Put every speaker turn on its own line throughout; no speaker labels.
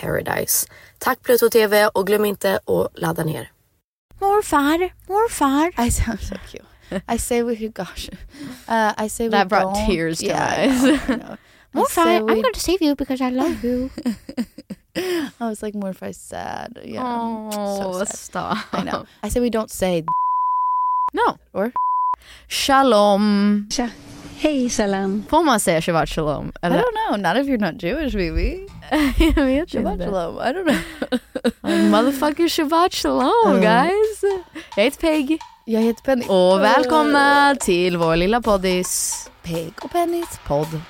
paradise. Tack Pluto TV och glöm inte att ladda ner.
Morfar, morfar.
I sound so cute. I say we could, gosh, uh, I say
That
we
brought
don't.
tears to my
I know,
eyes.
I know. I
More
say
fire.
we-
I'm going to save you because I love you.
I was like, Morphy sad. Yeah.
Oh,
so sad.
stop.
I know. I say we don't say
No.
or
Shalom.
Hej Salam.
Får man säga Shabbat Shalom?
I
Eller?
don't know. Not if you're not Jewish, baby.
Jag vet
Shabbat
inte.
shalom. I don't know.
Like, Motherfucking Shabbat Shalom
Mm.
guys. Jag heter Peg.
Jag heter Penny.
Oh,
Och välkomna till vår lilla poddis.
Peg och Pennys podd.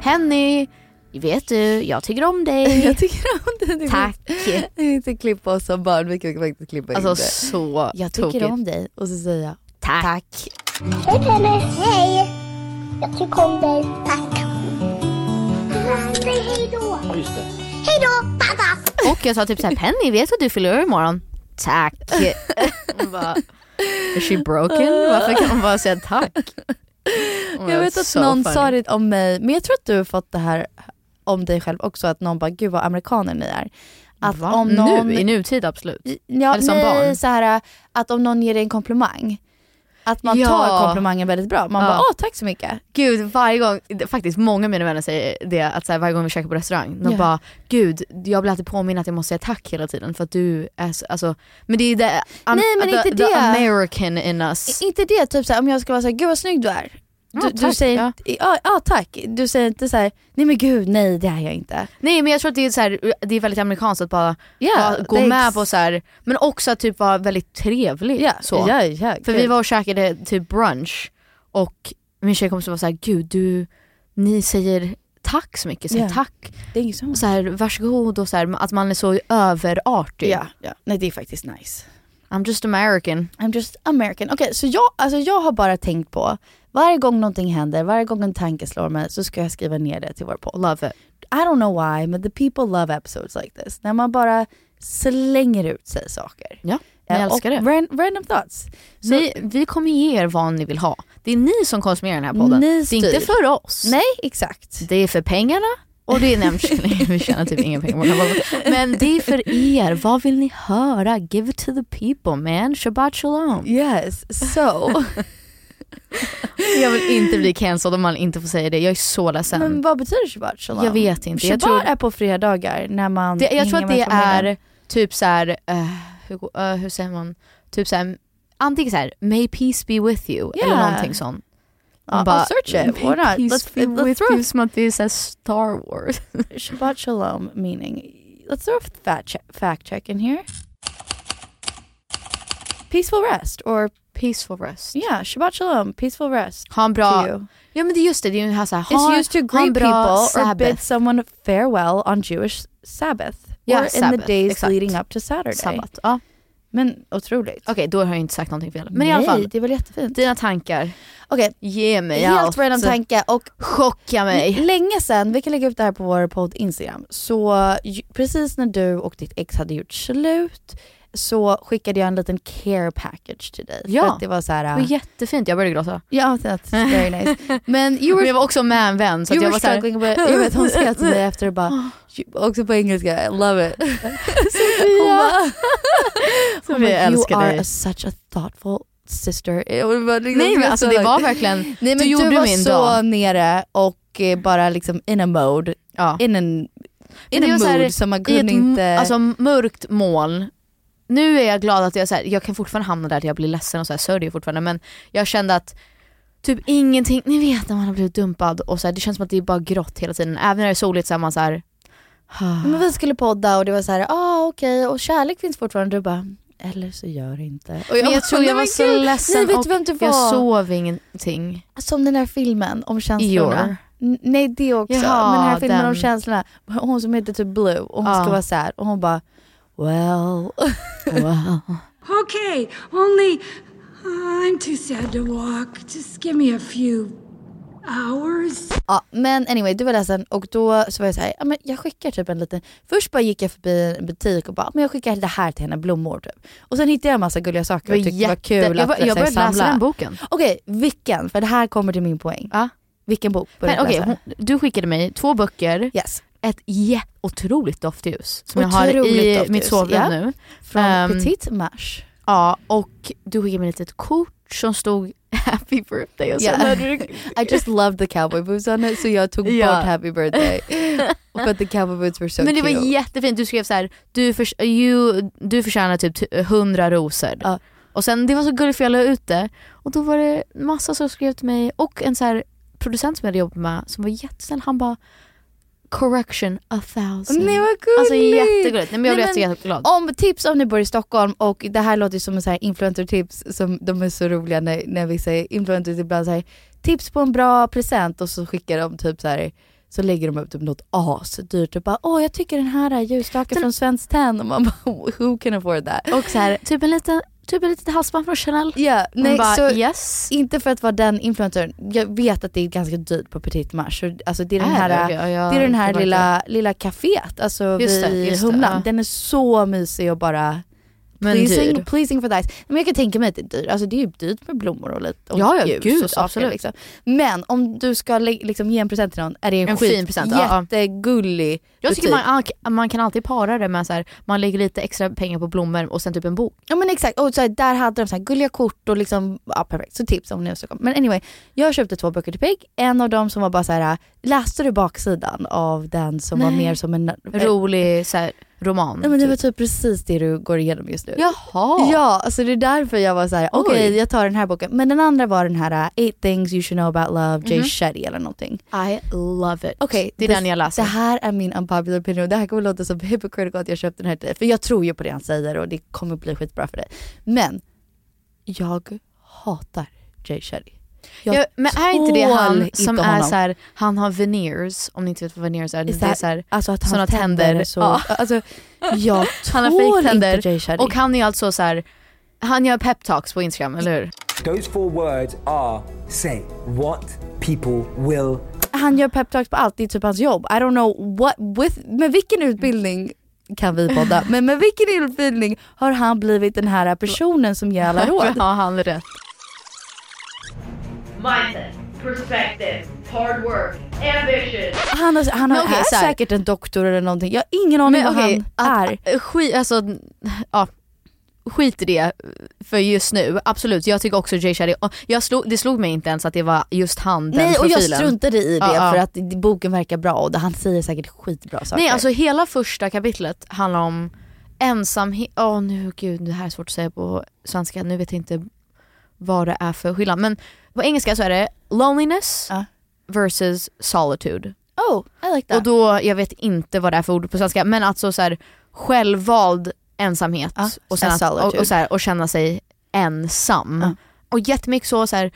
Henny, vet du, jag tycker om dig.
Jag tycker om dig. Du
Tack.
vet- Du vill inte klippa oss som barn. Vi kan faktiskt klippa in
Alltså
det.
så
Jag tycker
tokigt.
om dig. Och så säger jag
Tack.
Hej Pelle! Hej! Jag tycker om dig. Tack. Nej, hej då! Just det. Hej då! Bye, bye.
Och jag sa typ såhär, Penny vet du att du fyller år imorgon? Tack. Hon bara, Is she broken? Varför kan hon bara säga tack? Oh,
Jag vet
that's
att
so
någon
funny.
sa det om mig, men jag tror att du har fått det här om dig själv också, att någon bara gud vad amerikaner ni är. Att
Va?
om någon,
Nu, i nutid absolut.
ja,
eller som
nej,
barn?
Så här, att om någon ger dig en komplimang, att man
Ja.
tar komplimangen väldigt bra. Man
Ja.
bara åh tack så mycket.
Gud, varje gång, det- faktiskt många av mina vänner säger det, att så här, varje gång vi käkar på restaurang, de
Ja.
bara gud, jag blir alltid påminna att jag måste säga tack hela tiden för att du är så, alltså, men det är det, am-
Nej, men
the,
inte
the
det.
American in us.
I- Inte det, typ så här, om jag ska vara såhär, gud vad snygg du är. Du,
Ja,
du
tack,
säger
ja.
inte, ja. ja tack, du säger inte så här, nej men gud nej det är jag inte.
Nej men jag tror att det är, så här, det är väldigt amerikanskt att bara
Ja,
bara gå
det är
med
ex-
på så här, men också att typ vara väldigt trevlig.
Ja,
så.
ja, ja,
För
gud.
vi var och käkade typ brunch och min tjejkompis var såhär, gud du, ni säger tack så mycket, så här,
Ja.
tack,
det är inget som
så här, varsågod och så här, att man är så överartig.
Ja, ja, nej det är faktiskt nice.
I'm just American.
I'm just American. Okej, så jag, alltså jag har bara tänkt på, varje gång någonting händer, varje gång en tanke slår mig så ska jag skriva ner det till vår podd.
Love it.
I don't know why, but the people love episodes like this. När man bara slänger ut sig saker.
Ja, vi
Eh,
älskar
och
det.
ran- random thoughts. Så-
Vi, vi kommer ge er vad ni vill ha. Det är ni som konsumerar den här podden.
Ni
det är inte
styr.
för oss.
Nej, exakt.
Det är för pengarna och det är nämligen, vi tjänar typ inga pengar på den här podden. Men det är för er. Vad vill ni höra? Give it to the people man. Shabbat shalom.
Yes, so.
Jag vill inte bli cancelled om man inte får säga det. Jag är så ledsen.
Men vad betyder shabbat shalom?
Jag vet inte. Jag
Shabbat
tror-
är på fredagar när man
det, jag tror
hänger med
att det
familjen.
är typ så här, eh, hur, går- eh, hur säger man, typ så här, antingen så här, may peace be with you eller
Yeah.
någonting sånt.
Ja,
Man bara,
Uh, I'll search it. Why
May
not?
peace
Let's,
be
let's
with
throw
you. Som att det är så här Star Wars.
Shabbat shalom meaning. Let's throw a fact check, fact check in here. Peaceful rest or
Peaceful rest.
yeah, Shabbat shalom, peaceful rest.
Ha
to
en bra,
you.
ja men det är just det, det är ju här så här, ha,
It's used to
ha en
greet
bra
people or
sabbath.
bid someone farewell on Jewish Sabbath
Ja,
or in
Sabbath,
the days
exakt.
leading up to Saturday.
Sabbat. Ja.
Men otroligt.
Okej, då har jag inte sagt någonting fel. Men i
Nej,
alla fall,
det är väl jättefint.
dina tankar.
Okej,
Ge mig allt.
helt random tanke och
Chocka mig.
Länge sedan, vi kan lägga ut det här på vår podd Instagram, så ju- precis när du och ditt ex hade gjort slut så skickade jag en liten care package till dig.
Ja.
För att det var så
Det
här,
var
äh,
jättefint, jag började gråta.
ja, that's very nice. Men you
Men
were,
jag var också med en vän så att
you
jag
were
var såhär,
struggling with, jag vet hon skrev till mig efter och bara, you- också på engelska, I love it. Sofia! Hon bara, hon bara,
Sofia, jag
you
älskar
are
dig."
a, such a thoughtful sister. Och det var liksom-
Nej men alltså det var verkligen,
Nej, men
du
du,
gjorde
var
min
så
dag.
nere och eh, bara liksom in a mode
ja.
in en,
Men
in
det
en
var
mood
så här,
som man
i
kunde
ett
inte...
inte... alltså, mörkt moln. Nu är jag glad att jag, så här, jag kan fortfarande hamna där att jag blir ledsen och så här, sörjer fortfarande men jag kände att typ ingenting, ni vet när man har blivit dumpad och så här, det känns som att det är bara grått hela tiden. Även när det är soligt så är man så här.
men vi skulle podda och det var så här, ah okej, och kärlek finns fortfarande. Du bara, eller så gör det inte. Och
Men
bara,
jag tror jag
"Nej,
var
men
så
gud,
ledsen
Nej, vet
och
du vem du var?
Jag sov ingenting.
Som den här filmen om känslorna.
Eeyore.
N- Nej det också,
Jaha,
men den här filmen om
den.
känslorna. Hon som heter typ Blue och hon
Ja.
ska vara så här och hon bara, well.
Wow.
Okay, only I'm too sad to walk. Just give me a few hours.
Ja, men anyway, du var ledsen och då så var jag såhär, ja, men jag skickar typ en liten... Först bara gick jag förbi en butik och bara, men jag skickar det här till henne, blommor typ. Och sen hittade jag en massa gulliga saker och tyckte det var kul
jag,
att
bör- jag
så här,
började läsa
samla.
den boken.
Okej, vilken? För det här kommer till min poäng.
Ja.
Vilken bok
Men,
började du
okej,
läsa?
hon- du skickade mig två böcker,
Yes.
ett jä- otroligt doftljus som jag har
Otroligt
i
doftljus,
mitt sovrum
ja.
nu.
Från
Ehm,
Petit Mash.
Ja, och du skickade mig ett litet kort som stod happy birthday och sen
Yeah.
hade du...
I just loved the cowboy boots on it så jag tog
Ja.
bort Happy birthday. Och För att the cowboy boots were so
Men det
cute.
var jättefint, du skrev så här, du, förs- you, du förtjänar typ t- 100 rosor.
Ja.
Och sen det var så gulligt för jag la ut det och då var det massa som skrev till mig och en så här producent som jag hade jobbat med som var jättesnäll, han bara correction a thousand.
Nej vad gulligt!
alltså jättegulligt, Nej, men jag
Nej,
blev
men-
jätteglad.
Om tips om ni bor i Stockholm och det här låter ju som en så här influencer-tips som de är så roliga när, när vi säger influencers ibland så här tips på en bra present och så skickar de typ så här så lägger de upp typ något asdyrt och bara åh jag tycker den här är ljusstaken
Den-
från Svenskt Tenn och man bara who can afford that?
Och så här, typ en liten, typ en liten halsband från Chanel.
Ja,
Hon
nej
bara
så
yes.
inte för att vara den influencern, jag vet att det är ganska dyrt på Petit Mars, så, alltså det är den
Är
här
det? Ja, jag-
det är den här
det var inte-
lilla, lilla kaféet alltså
Just det,
vid
just det,
Humlan.
ja.
Den är så mysig och bara
Men
pleasing,
dyr.
pleasing for the eyes. Men jag kan tänka mig att det är dyrt. Alltså det är ju dyrt med blommor och lite och
Ja, ja,
ljus
gud,
och saker.
absolut.
Liksom. Men om du ska lä- liksom ge en present till någon är det en,
En
skit,
fin present, ja,
jättegullig
Jag tycker
butik.
man, man kan alltid para det med så här, man lägger lite extra pengar på blommor och sen typ en bok.
Ja men exakt, och så här, där hade de så här gulliga kort och liksom, ja perfekt. Så tips om ni är i Stockholm. Men anyway, jag köpte två böcker till Peg. En av dem som var bara så här, läste du baksidan av den som var
Nej.
mer som en... eh,
Rolig så här, roman.
Ja, men det var
typ.
typ precis det du går igenom just nu.
Jaha!
Ja, alltså det är därför jag var så här:
Oj.
okej jag tar den här boken. Men den andra var den här uh, Eight things you should know about love,
Mhm.
Jay Shetty eller någonting.
I love it.
Okej,
det är
det-
den jag
Det
läser.
här är min unpopular opinion, det här kommer låta som hypocritical att jag köpte den här till dig. För jag tror ju på det han säger och det kommer bli skitbra för dig. Men jag hatar Jay Shetty. Jag
ja, men är inte det
tål
han
inte
som är
honom.
så här, han har veneers, om ni inte vet vad veneers är. Det är så här,
alltså att
såna
hans tänder
tänder.
är så...
Ja.
Alltså, jag
han har
tål
fejktänder
inte Jay Shetty.
och han är alltså så här Han gör peptalks på Instagram, eller hur?
Those four words are say what people will
Han gör peptalks på allt, det är typ hans jobb. I don't know what, with, med vilken utbildning kan vi podda, men med vilken utbildning har han blivit den här personen som ger alla råd?
ja, han är rätt.
Mindset, perspective, hard work, ambition.
Han, har, han har,
Men okej,
är
så här.
säkert en doktor eller någonting, jag har ingen aning
Men
vad
okej,
han är.
att, skit, alltså, ja, skit i det för just nu. Absolut, jag tycker också Jay Shetty, och jag slog, det slog mig inte ens att det var just han, den
Nej och jag
profilen.
struntade i det
Ja, ja.
för att boken verkar bra och han säger säkert skitbra saker.
Nej alltså hela första kapitlet handlar om ensamhet, åh nu gud det här är svårt att säga på svenska, nu vet jag inte vad det är för skillnad men på engelska så är det loneliness versus solitude.
Oh, I like that.
Och då, jag vet inte vad det är för ord på svenska men alltså så här, självvald ensamhet och, sen
Ah, en
att, och,
solitude. Ah.
och, så här, och känna sig ensam. Och jättemycket så, så här,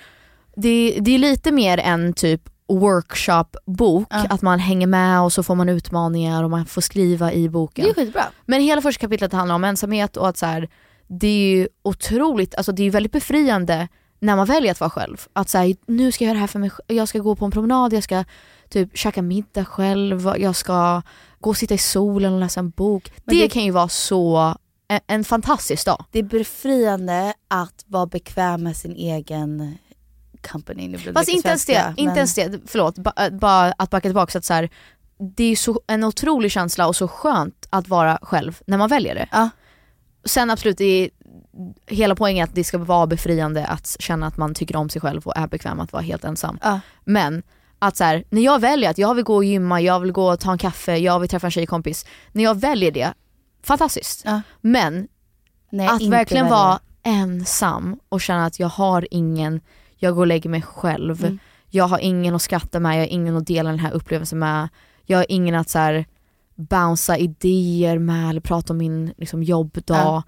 det, det är lite mer en typ workshopbok,
Ah.
att man hänger med och så får man utmaningar och man får skriva i boken.
det är skitbra.
Men hela första kapitlet handlar om ensamhet och att så här, det är ju otroligt, alltså det är ju väldigt befriande när man väljer att vara själv. Att så här, nu ska jag göra det här för mig sj- jag ska gå på en promenad, jag ska typ käka middag själv, jag ska gå och sitta i solen och läsa en bok.
Men
Det,
det-
kan ju vara så, en, en fantastisk dag.
Det är befriande att vara bekväm med sin egen company. Nu blir
Fast
mycket
inte ens
svenska,
det, inte ens det, förlåt, ba- äh, bara att backa tillbaka så att så här, det är ju så, en otrolig känsla och så skönt att vara själv när man väljer det. Sen absolut, det är, hela poängen är att det ska vara befriande att känna att man tycker om sig själv och är bekväm att vara helt ensam. Men att så här, när jag väljer att jag vill gå och gymma, jag vill gå och ta en kaffe, jag vill träffa en tjejkompis. När jag väljer det, fantastiskt. Men
Nej,
att
inte
verkligen
välja.
vara ensam och känna att jag har ingen, jag går och lägger mig själv.
Mm.
Jag har ingen att skratta med, jag har ingen att dela den här upplevelsen med. Jag har ingen att så här, bouncea idéer med eller prata om min liksom, jobbdag.
Ja.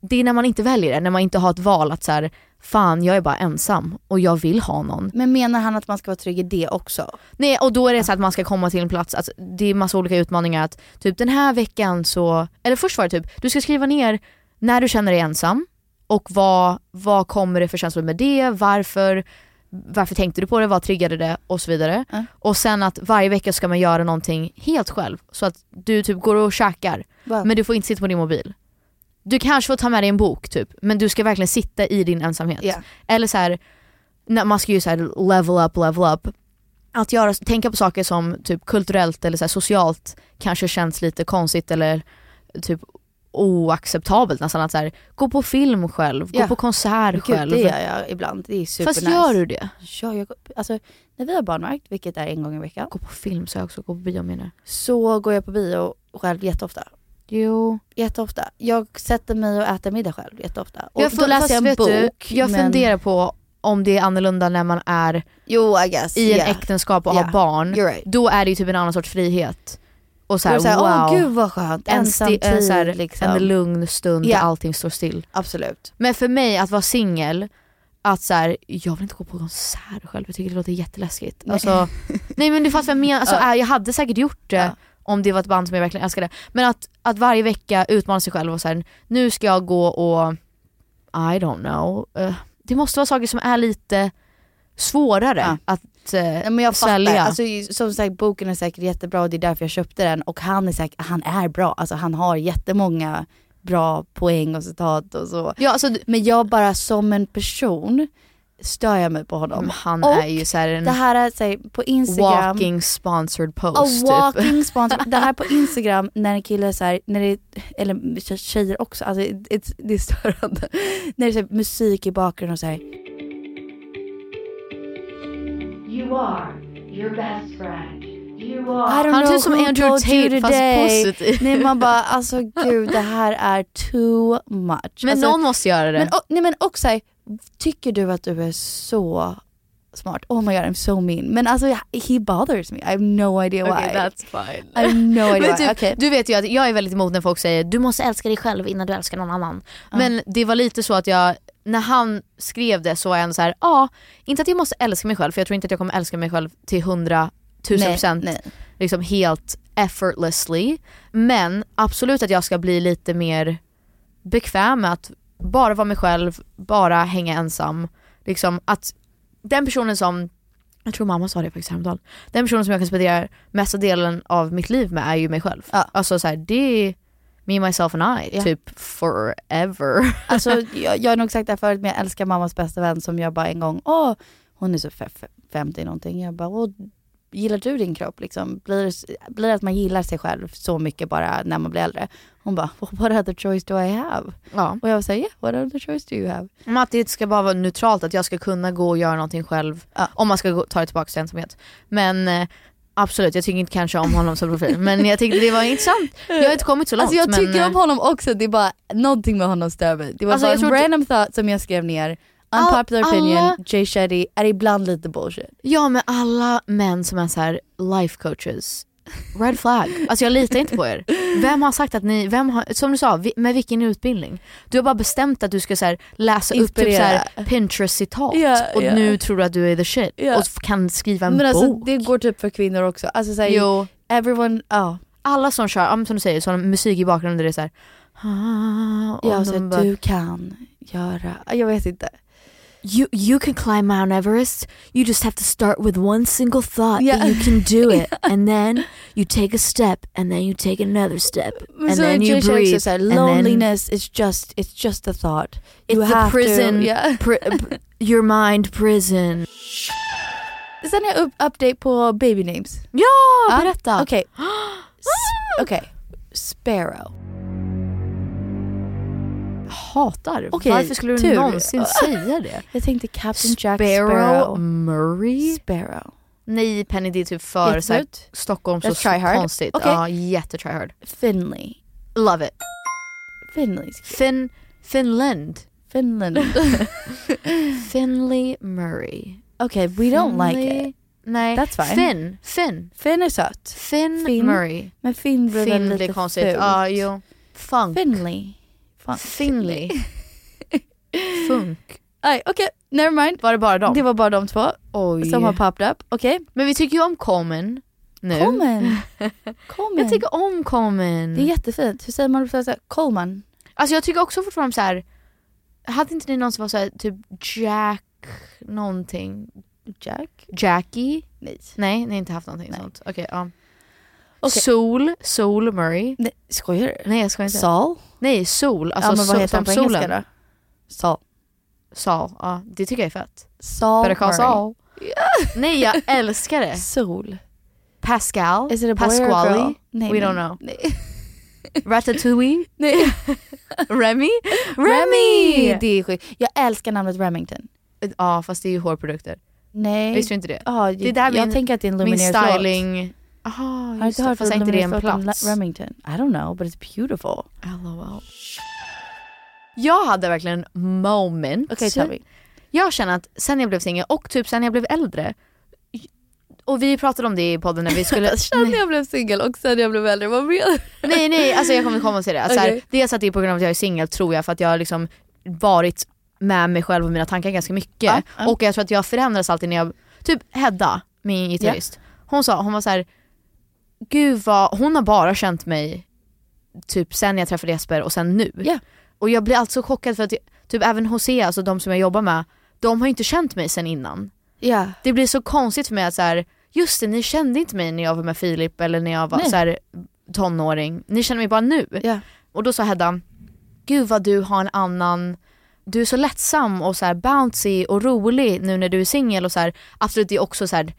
Det är när man inte väljer det, när man inte har ett val att så här, fan jag är bara ensam och jag vill ha någon.
Men menar han att man ska vara trygg i det också?
Nej och då är det så att man ska komma till en plats, att det är massa olika utmaningar att typ den här veckan så, eller först var det typ, du ska skriva ner när du känner dig ensam och vad, vad kommer det för känslor med det, varför, varför tänkte du på det, vad triggade det och så vidare. Och sen att varje vecka ska man göra någonting helt själv så att du typ går och käkar
Wow.
men du får inte sitta på din mobil. Du kanske får ta med dig en bok typ men du ska verkligen sitta i din ensamhet.
Ja.
Eller så här, när man ska ju så här level up, level up att göra, tänka på saker som typ kulturellt eller så här, socialt kanske känns lite konstigt eller typ oacceptabelt nästan. Att så här, gå på film själv,
Ja.
gå på konsert
Gud,
själv.
det gör jag ibland, det är supernice.
Fast gör du det?
Ja, jag, går- alltså, när vi har barnvakt, vilket är en gång i veckan,
Gå på film så jag också går på bio menar jag.
så går jag på bio själv jätteofta.
Jo.
Jätteofta. Jag sätter mig och äter middag själv jätteofta. Och
Jag
då läser jag en
vet
bok.
Du, jag
men-
funderar på om det är annorlunda när man är
Jo I guess.
i
yeah.
en äktenskap och
Yeah.
har barn.
You're right.
Då är det ju typ en annan sorts frihet. Och så
Då är
här,
det såhär,
wow.
åh gud vad skönt,
en,
ensam
sti- en,
tid
så här,
liksom.
en lugn stund
Ja.
där allting står still.
Absolut.
Men för mig att vara singel, att så här, jag vill inte gå på konsert själv, jag tycker det låter jätteläskigt. Nej, alltså, nej men du fattar vad jag menar, alltså, äh, jag hade säkert gjort det om det var ett band som jag verkligen älskade. Men att, att varje vecka utmana sig själv och så här, nu ska jag gå och, I don't know. eh, det måste vara saker som är lite svårare att eh,
Nej, men jag fattar.
sälja.
Alltså, som sagt boken är säkert jättebra och det är därför jag köpte den och han är säkert, han är bra, alltså han har jättemånga bra poäng och citat och så.
ja, alltså,
Men jag bara som en person stör jag mig på honom.
han
Mm. Och
är ju så här en
Det här är så här, på Instagram,
walking sponsored
a
post. typ.
walking sponsor. Det här på Instagram när en kille så här, när det, eller tje- tjejer också, alltså det, det är störande. När det är så här, musik i bakgrunden och så här.
You are your best friend. You
I
are.
don't
Han ser
know
ut som
who
Andrew
told you
Tate, fast
today.
positiv.
Nej man bara alltså gud det här är too much.
Men
alltså,
någon måste göra det.
men, och, nej, men också här, tycker du att du är så smart? Oh my god I'm so mean. Men alltså he bothers me, I have no idea why.
fine.
I have no idea
Men
why.
typ,
Okej.
Du vet ju att jag är väldigt emot när folk säger du måste älska dig själv innan du älskar någon annan. Men det var lite så att jag, när han skrev det så var jag ändå så här, ja, inte att jag måste älska mig själv för jag tror inte att jag kommer älska mig själv till 100 000 procent
Nej, nej.
liksom helt effortlessly. Men absolut att jag ska bli lite mer bekväm med att bara vara mig själv, bara hänga ensam. Liksom att den personen som, jag tror mamma sa det faktiskt häromdagen, den personen som jag kan spendera mesta delen av mitt liv med är ju mig själv. Alltså så här, det är me, myself and I,
Ja.
typ forever.
Alltså jag, jag har nog sagt det här förut men jag älskar mammas bästa vän som jag bara en gång, åh hon är så fe- fe- 50 någonting. Jag bara, åh, gillar du din kropp liksom? Blir, blir det att man gillar sig själv så mycket bara när man blir äldre? Hon bara, what other choice do I have?
Ja.
Och jag säger, yeah, what other choice do you have?
Om Mm, att det ska bara vara neutralt, att jag ska kunna gå och göra någonting själv. Om man ska gå, ta det tillbaka till ensamhet. Men eh, absolut, jag tycker inte kanske om honom som profil. men jag tyckte det var intressant. Jag har inte kommit så långt.
Alltså jag
men,
tycker
eh,
om honom också, det är bara någonting med honom stör mig. Det var
Alltså,
bara
jag tror
en
att- Ah,
random thought som jag skrev ner.
All-
Unpopular opinion,
alla-
Jay Shetty är ibland lite bullshit.
Ja men alla män som är så här life coaches, red flag. Alltså jag litar inte på er. Vem har sagt att ni, vem har, som du sa, vi, med vilken utbildning? Du har bara bestämt att du ska så här, läsa upp typ så här,
Inspirera.
Pinterest citat
Ja,
och
ja.
nu tror du att du är the shit
Ja.
och f- kan skriva en
Men
bok.
alltså det går typ för kvinnor också. Alltså såhär,
Jo.
everyone, ja.
alla som kör, ja, men som du säger, sån musik i bakgrunden där det är såhär och
Ja,
de
så
bara-
att du kan göra, jag vet inte.
You, you can climb Mount Everest, you just have to start with one single thought
Yeah.
that Ah, you can do it and then you take a step and then you take another step
Men
and
så
then
är
you
Jay Shetty
breathe
så här,
and then-
loneliness is just, it's just a thought. You
It's a
have to-
prison,
Yeah.
pri- p- your mind prison.
Sen har jag upp, update på baby names.
Ja,
Ja,
berätta!
Okej. S- Okej. Sparrow.
Hatar,
Okej,
varför skulle du
tur.
någonsin säga det?
Jag tänkte Captain Jack
Sparrow Mm.
Sparrow.
Murray?
Sparrow.
Nej Penny, det är typ för så här,
Jättesnyggt.
Stockholm så
Let's try hard.
konstigt.
Okej.
Ja, jätte try hard.
Finley.
Love it.
Finley.
Fin Finland.
Finland.
Finley Murray.
Okej, we don't like
Finley-
it.
Nej.
That's fine.
Finn. Finn.
Finn är söt.
Finn,
Finn.
Murray.
Men Finn blev väl
Finn
lite
blir konstigt.
fult.
Ja, jo. Funk.
Finley. Fan.
Finley. Funk.
Aj, Okej, never mind.
Var det bara dem?
Det var bara de två
Oj.
som har popped up. Okej.
Men vi tycker ju om Common nu.
Coleman. Coleman.
Jag tycker om Common.
Det är jättefint. Hur säger man på svenska? Coleman.
Alltså jag tycker också fortfarande så här. Hade inte ni någon som var så här, typ Jack någonting?
Jack?
Jackie?
Nej.
Nej, ni har inte haft någonting sånt. Okej, ja.
Okej.
Sol, Sol Murray.
Nej, skojar du?
Nej jag ska inte.
Sol?
Nej, sol. Alltså
ja, Alltså, men vad
sol,
heter han på
som
engelska
solen.
då? Sol.
Sal, ja det tycker jag är fett.
Sol
Better call
Murray.
Saul. Nej jag älskar det.
Sol.
Pascal,
Is it a boy or a girl?
Pasquale,
Nej,
we
nej,
don't know.
Nej.
Ratatouille,
Nej.
Remy,
Remy!
Remy!
Det är sjukt. Jag älskar namnet Remington.
Ja fast det är ju hårprodukter.
Nej.
Visste du inte det?
Ja,
Det är där
jag
min-
tänker att det är en
Min
Lumineers låt.
styling... Jaha
Har du
just
inte
det,
hört
fast är inte det en plats?
om Remington? I don't know but it's beautiful.
LOL. Jag hade verkligen moment.
Okej Tommy.
Jag känner att sen jag blev singel och typ sen jag blev äldre och vi pratade om det i podden när vi skulle...
Sen jag blev singel och sen jag blev äldre, vad menar du?
Nej nej, alltså jag kommer komma till det. Alltså, okay.
Okej.
dels att det är på grund av att jag är singel tror jag för att jag har liksom varit med mig själv och mina tankar ganska mycket.
Ja, ja.
Och jag tror att jag förändras alltid när jag, typ Hedda, min gitarrist, hon sa, hon var så här, gud vad, hon har bara känt mig typ sen jag träffade Jesper och sen nu.
Ja.
Och jag blir alltså chockad för att jag, typ även Jose, alltså de som jag jobbar med, de har ju inte känt mig sen innan.
Ja.
Det blir så konstigt för mig att så här, just det, ni kände inte mig när jag var med Filip eller när jag var
Nej.
så här, tonåring. Ni känner mig bara nu.
Ja.
Och då sa Hedda, gud vad du har en annan, du är så lättsam och så här bouncy och rolig nu när du är singel och så här, absolut det är också så här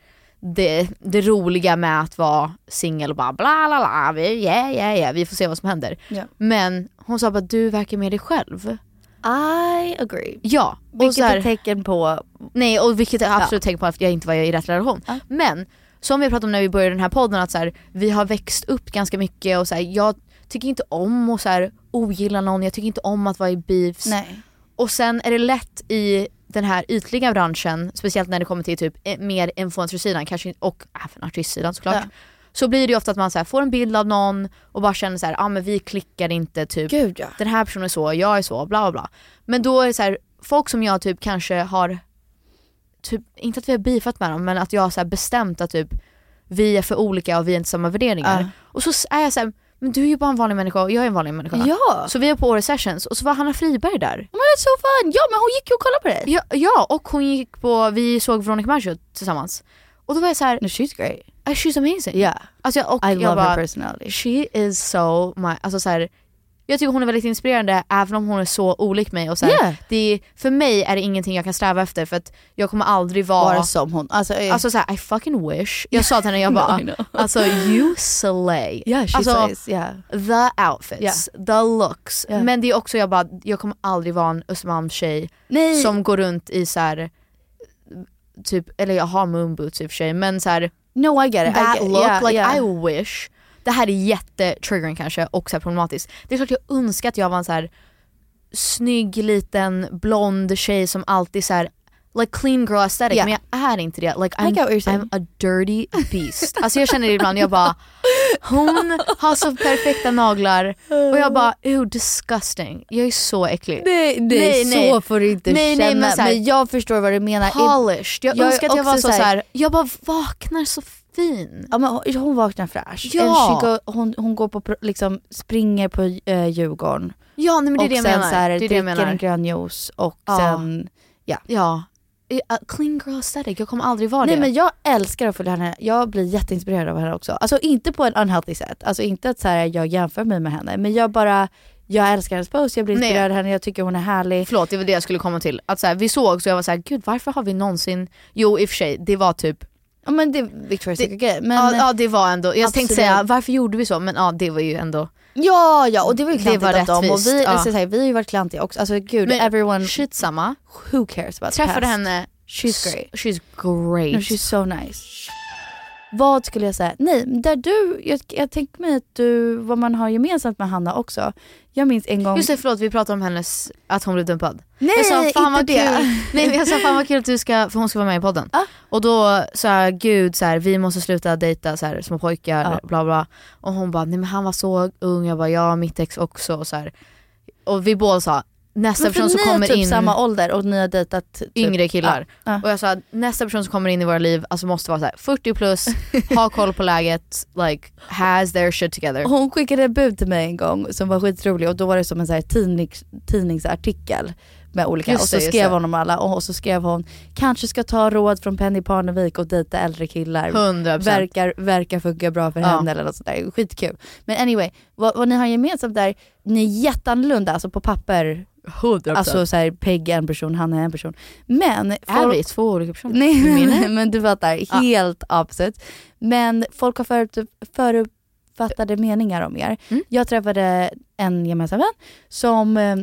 det, det roliga med att vara singel och bara bla bla bla, vi, yeah, yeah, yeah. vi får se vad som händer.
Ja.
Men hon sa bara du verkar mer dig själv.
I agree.
Ja. och
Vilket
så här-
är tecken på...
Nej och vilket jag absolut tänker på att jag inte var i rätt relation.
Ja.
Men som vi pratade om när vi började den här podden att så här, vi har växt upp ganska mycket och så här, jag tycker inte om att så här, ogilla någon, jag tycker inte om att vara i beefs.
Nej.
Och sen är det lätt i den här ytliga branschen, speciellt när det kommer till typ eh, mer influencersidan kanske, och även artistsidan såklart.
Ja.
Så blir det ju ofta att man så här, får en bild av någon och bara känner så här, ah, men vi klickar inte typ
Gud ja.
den här personen är så, jag är så, bla bla bla. Men då är det så här, folk som jag typ kanske har, typ, inte att vi har beefat med dem men att jag har så här bestämt att typ vi är för olika och vi har inte samma värderingar.
Ja.
Och så är jag så här, Men du är ju bara en vanlig människa och jag är en vanlig människa.
Ja.
Så vi var på Åre Sessions och så var Hanna Friberg där.
Men that's Oh so fun! Ja men hon gick ju och kollade på dig.
Ja, ja och hon gick på, vi såg Veronica Maggio tillsammans. Och då var jag så här,
No, she's great.
"Ah, she's amazing.
Yeah.
Alltså, jag- och
I
jag
love
bara,
her personality.
She is so my, alltså så här, jag tycker hon är väldigt inspirerande även om hon är så olik mig. Och så här,
Yeah.
det, för mig är det ingenting jag kan sträva efter för att jag kommer aldrig vara...
Bara som hon. Alltså, eh,
Alltså såhär, I fucking wish. Jag sa till henne, jag
No,
bara,
I know.
alltså you slay.
yeah, she
alltså,
says, yeah.
The outfits, the looks.
Yeah.
Men det är också, jag bara, jag kommer aldrig vara en Östermalmstjej
Nej.
som går runt i så här. typ, eller jag har moonboots i och för sig, men så här,
No I get it. I
that
get, it.
look,
yeah,
like
yeah.
I wish. Det här är jättetriggering kanske och så här problematiskt. Det är klart jag önskar att jag var en så här snygg liten blond tjej som alltid så här like clean girl aesthetic
Yeah.
men jag är inte det. Like
I get what
I'm,
you're saying.
I'm a dirty beast. Alltså jag känner det ibland, jag bara hon har så perfekta naglar och jag bara ew disgusting. Jag är så äcklig.
Nej, nej,
Nej, nej.
så får du inte
Nej,
känna.
nej, men
men,
så här-
jag förstår vad du menar. I-
Polished. Jag,
Jag är
önskar att jag
också
var så,
så
så
här-
här. jag bara vaknar så fin.
Ja, men hon, hon vaknar fräsch.
Ja.
And she go, hon, hon går på, pro- liksom, springer på eh, Djurgården.
Ja nej, men det är
och
det jag
sen
menar.
så här,
det är det jag
dricker
menar.
en grön juice och
Ja.
sen...
Ja. I- a Clean girl aesthetic, jag kommer aldrig vara
Nej
det.
men jag älskar att följa henne. Jag blir jätteinspirerad av henne också. Alltså inte på ett unhealthy sätt. Alltså inte att så här, jag jämför mig med henne. Men jag bara, jag älskar hennes post, jag blir
Nej.
inspirerad av henne, jag tycker hon är härlig.
Förlåt, det var det jag skulle komma till. Att så här, vi såg så jag var så här, gud varför har vi någonsin, jo i och för sig, det var typ,
Ja men det är Victoria's
Det-
Secret grej. Men
ja, ja det var ändå, jag tänkte
Absolut.
säga varför gjorde vi så men ja det var ju ändå.
ja, ja, och det var ju
Det
klantigt
var
av dem. Och vi,
rättvist, ja.
alltså, så här, vi har ju varit klantiga också. Alltså gud,
Men
everyone,
skitsamma,
who cares about the
träffade
past?
henne,
She's great.
she's great.
No, she's so nice. Vad skulle jag säga? Nej, där du, jag, jag tänker mig att du, vad man har gemensamt med Hanna också. Jag minns en gång...
Just det, förlåt vi pratade om hennes, att hon blev dumpad.
nej,
jag sa, fan vad
inte det.
kul. Nej men jag sa fan vad kul att du ska, för hon ska vara med i podden.
Ja.
Och då sa jag gud så här, vi måste sluta dejta så här, små pojkar,
Ja.
bla bla. Och hon bara, nej men han var så ung, jag bara ja mitt ex också. Och, så här. och vi båda sa, nästa
Men för
person som
ni är
kommer
typ
in,
samma ålder och ni har dejtat typ,
yngre killar.
Ja,
Och jag sa, nästa person som kommer in i våra liv alltså måste vara så här, 40 plus, ha koll på läget, like has their shit together.
ja. Hon skickade ett bud till mig en gång som var skitrolig och då var det som en så här tidnings, tidningsartikel med olika
Just
och så
det, just
skrev
det.
hon om alla och så skrev hon kanske ska ta råd från Penny Parnevik och dejta äldre killar.
100%.
verkar, verkar funka bra för
Ja.
henne eller något sånt där. Skitkul. Men anyway, vad, vad ni har gemensamt där, ni är jätteannorlunda alltså på papper.
100%.
Alltså såhär Peg är en person, han är en person. Men
är
folk-
vi två olika personer?
Nej
Min-
men, men du fattar,
Ja.
helt opposite. Men folk har förut, förutfattade meningar om er.
Mm.
Jag träffade en gemensam vän som, eh,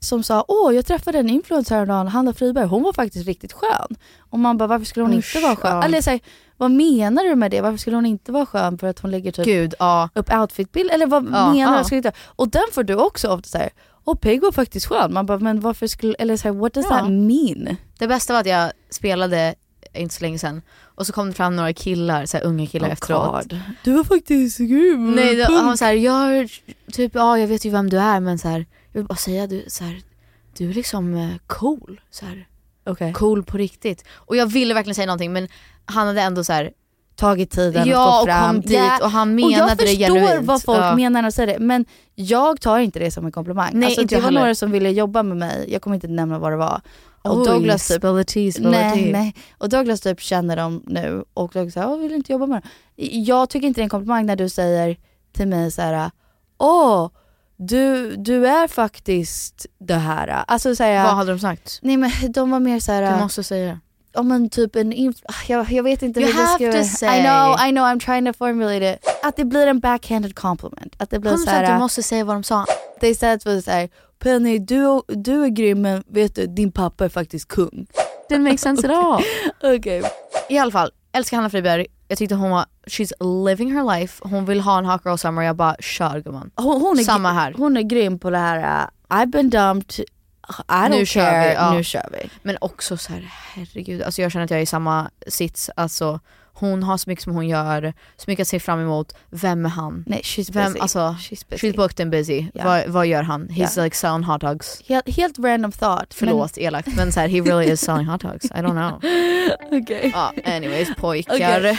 som sa åh jag träffade en influencer häromdagen, Hanna Friberg, hon var faktiskt riktigt skön. Och man bara varför skulle hon
Usch,
inte vara skön?
ja.
Eller så här, vad menar du med det? Varför skulle hon inte vara skön för att hon lägger typ
Gud ja.
upp outfitbild? Eller vad
Ja,
menar
ja.
du? Skulle inte- Och den får du också ofta såhär, åh Peg var faktiskt skön. Man bara men varför skulle, eller såhär what does
Ja.
that mean?
Det bästa var att jag spelade inte så länge sedan och så kom det fram några killar, så här, unga killar
Oh,
efteråt. Mm,
God. Du var faktiskt grym.
Nej, då,
Punkt.
han så här, jag, typ, ja jag vet ju vem du är men så här, jag vill bara säga du, så här, du är liksom eh, cool. Så här,
Okej.
cool på riktigt. Och jag ville verkligen säga någonting men han hade ändå så här,
Tagit tiden
ja
att
och
gå fram.
kom dit
Ja.
och han
och
menade
jag
det
förstår
genuint.
vad folk
Ja.
menar när de säger det men jag tar inte det som en komplimang.
Nej,
alltså,
inte
det
jag
var
heller.
några som ville jobba med mig, jag kommer inte nämna vad det var. Och
Oj,
Douglas typ,
spill the tea, spill the
nej,
tea.
nej. Och Douglas typ känner dem nu och Douglas säger, jag vill inte jobba med dem. Jag tycker inte det är en komplimang när du säger till mig så här, åh du, du är faktiskt det här. Alltså så
Vad
här,
hade de sagt?
nej men de var mer så här.
Du måste säga det.
ja men typ en inf- ah, jag, jag vet inte
You
hur
have
jag
to
ska
say.
I know, I know, I'm trying to formulate it. Att det blir en backhanded compliment. Att det blir äh,
100% du
såhär,
måste säga vad de sa.
they said was såhär, Penny du, du är grym men vet du, din pappa är faktiskt kung.
Didn't make sense at all.
Okej.
I alla fall, älskar Hanna Friberg. Jag tyckte hon var, she's living her life. Hon vill ha en hot girl summer. Jag bara kör gumman.
Hon, hon, är,
Samma här.
hon är grym på det här, uh, I've been dumped, I don't
Nu
care,
kör vi, ja.
nu kör vi.
Men också så här, herregud. Alltså jag känner att jag är i samma sits. Alltså hon har så mycket som hon gör, så mycket att se fram emot. Vem är han?
Nej she's busy.
Vem, alltså,
she's busy.
She's booked and busy.
Ja.
Vad, vad gör han? He's
Ja.
like selling hot dogs.
helt, helt random thought.
Förlåt, elakt. Men så här, he really is selling hot dogs. I don't know.
Men, okay.
Ja, anyways pojkar.
Okej.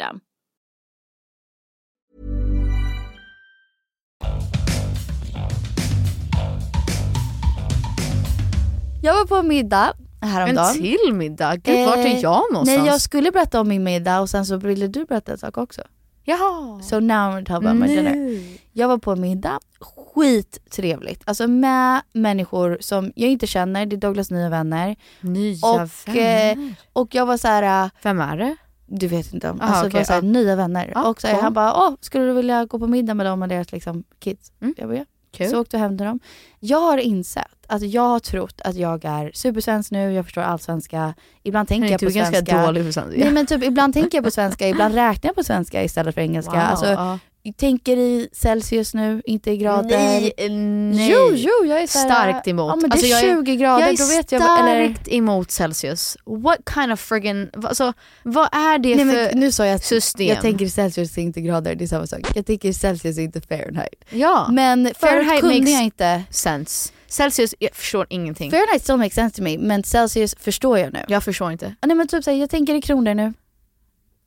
Jag var på middag häromdagen. Eh,
En till middag? Gud, vart är jag någonstans?
Nej, jag skulle berätta om min middag och sen så ville du berätta en sak också.
Jaha.
So now I'm gonna tell about my dinner.
Nej.
Jag var på middag, skittrevligt. Alltså med människor som jag inte känner, det är Douglas nya vänner.
Nya
och, eh,
vänner?
och jag var så här. eh,
Vem är det?
Du vet inte om.
Ah,
alltså det
okej,
var så här,
ja.
nya vänner.
Ah,
och så här,
cool.
han bara, åh, skulle du vilja gå på middag med dem och deras liksom, kids? Jag bara, ja.
Kul.
Så åkte jag hem till dem. Jag har insett, alltså jag har trott att jag är supersvensk nu, jag förstår allsvenska. Ibland tänker
Nej,
jag
du
på
är ganska
svenska.
dålig på svenska.
Nej men typ ibland tänker jag på svenska, ibland räknar jag på svenska istället för engelska.
Wow,
alltså,
ja.
jag Tänker i Celsius nu, inte i grader.
Nej, eh, nej.
Jo, jo, jag är så här,
Starkt emot.
Ja, men det
Alltså,
är
jag
20 grader,
jag är
då vet jag. Eller,
starkt emot Celsius. What kind of friggin, va- alltså, vad är det
Nej,
för
men nu sa jag att
system?
jag tänker Celsius är inte grader, det är samma sak. Jag tänker Celsius är inte Fahrenheit.
ja.
Men Fahrenheit
Fahrenheit
kunde
makes
jag inte.
sense. Celsius, jag förstår ingenting.
Fahrenheit still makes sense to me, men Celsius förstår jag nu.
jag förstår inte.
Ah, Nej men typ såhär, jag tänker i kronor nu.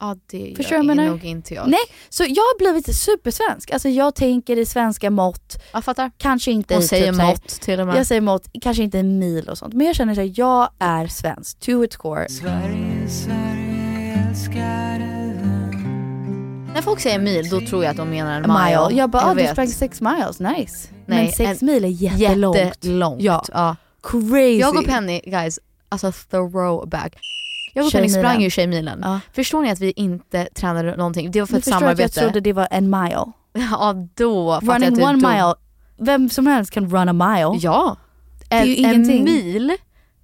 Ja, det
Förstår jag
gör
menar?
nog inte jag.
Nej, så jag har blivit supersvensk. Alltså jag tänker i svenska mått.
Jag fattar.
Kanske inte
Hon
i
säger
typ såhär-
mått till och med.
Jag säger mått, kanske inte i mil och sånt. Men jag känner såhär, jag är svensk. To its core.
När folk säger mil, då tror jag att de menar en
A
mile.
mile. Jag bara, ah, du
vet.
sprang sex miles, nice.
Nej,
men sex
en-
mil är jättelångt.
Jättelångt.
Ja.
Ja.
Crazy.
Jag och Penny, guys, alltså throwback. Jag och Penny
Tjejmilen.
sprang ju Tjejmilen.
Ja.
Förstår ni att vi inte tränade någonting? Det var för
Men
ett
förstår du att jag
samarbete.
trodde det var en mile.
Ja, då fattar jag att
Running
du
one
dog.
mile, vem som helst kan run a mile.
Ja.
Det är
En,
ju
en
ingenting.
mil, det,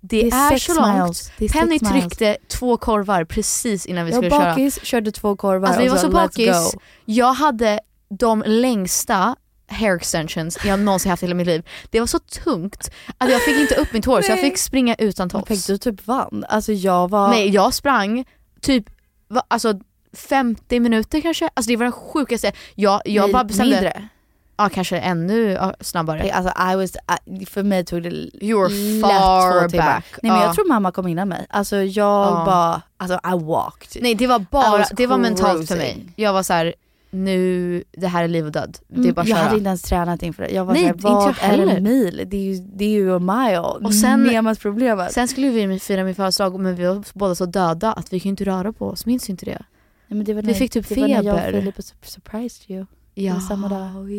Det är
är,
sex
så långt.
miles. Det är sex
Penny
miles.
tryckte två korvar precis innan vi
Jag
skulle
var
köra.
bakis, körde två korvar
Alltså vi
och
var så
sa, "Let's
bakis.
go."
Jag hade de längsta hair extensions jag någonsin haft i hela mitt liv. Det var så tungt att jag fick inte upp mitt hår så jag
Nej.
fick springa utan tofs.
Fick du typ vann? Alltså jag var...
Nej jag sprang typ va- alltså 50 minuter kanske. Alltså det var det sjukaste. Jag, jag
Min-
bara bestämde.
mindre.
Ja kanske ännu ja, snabbare.
Nej, Alltså I was, I, för mig tog det
You were
lätt
far
två timmar.
back.
Nej men
Ja.
jag tror mamma kom innan mig. Alltså jag
Ja.
bara, alltså I walked.
Nej det var
I
bara,
was
det var mentalt för mig.
cruising.
Jag var så här: nu, det här är liv och död. Det är
Mm,
bara att
jag
köra.
hade inte ens tränat inför det. Jag var
Nej,
såhär,
inte jag
vad är
heller.
en mil? Det är ju, det är ju a mile. Och
sen-
problemet.
Sen skulle vi fira min födelsedag men vi var båda så döda att vi kunde inte röra på oss, minns inte det?
Nej, men det var
vi
när-
fick typ
Det var när jag och
feber.
Filip sur- surprised you. Det
Ja,
var Samma dag.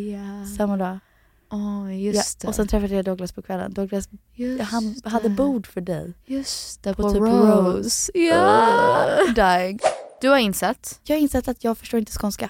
Samma dag.
Oh, just
ja.
det.
Och sen träffade jag Douglas på kvällen. Douglas
Just
han hade bord för dig.
Just det,
På,
på,
typ
Rose.
Rose.
Ja.
Ugh, Dying.
Du har insett?
Jag har insett att jag förstår inte skånska.